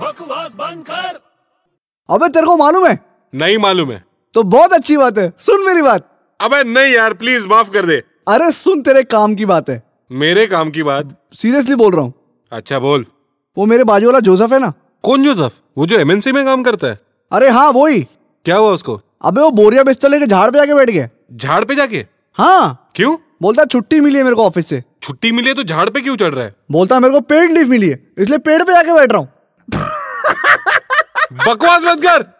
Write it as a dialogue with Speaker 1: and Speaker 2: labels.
Speaker 1: बकवास बंद कर
Speaker 2: अबे तेरे को मालूम है
Speaker 3: नहीं मालूम है
Speaker 2: तो बहुत अच्छी बात है सुन मेरी बात
Speaker 3: अबे नहीं यार प्लीज माफ कर दे
Speaker 2: अरे सुन तेरे काम की बात है
Speaker 3: मेरे काम की बात
Speaker 2: सीरियसली बोल रहा हूँ
Speaker 3: अच्छा बोल
Speaker 2: वो मेरे बाजू वाला जोसेफ है ना
Speaker 3: कौन जोसफ वो जो एमएनसी में काम करता है
Speaker 2: अरे हाँ वो ही
Speaker 3: क्या हुआ उसको
Speaker 2: अबे वो बोरिया बेचते लेके झाड़ पे जाके बैठ गए
Speaker 3: झाड़ पे जाके
Speaker 2: हाँ
Speaker 3: क्यों
Speaker 2: बोलता छुट्टी मिली है मेरे को ऑफिस से
Speaker 3: छुट्टी मिली है तो झाड़ पे क्यों चढ़ रहा है
Speaker 2: बोलता है मेरे को पेड लीव मिली है इसलिए पेड़ पे जाके बैठ रहा हूँ
Speaker 3: बकवास मत कर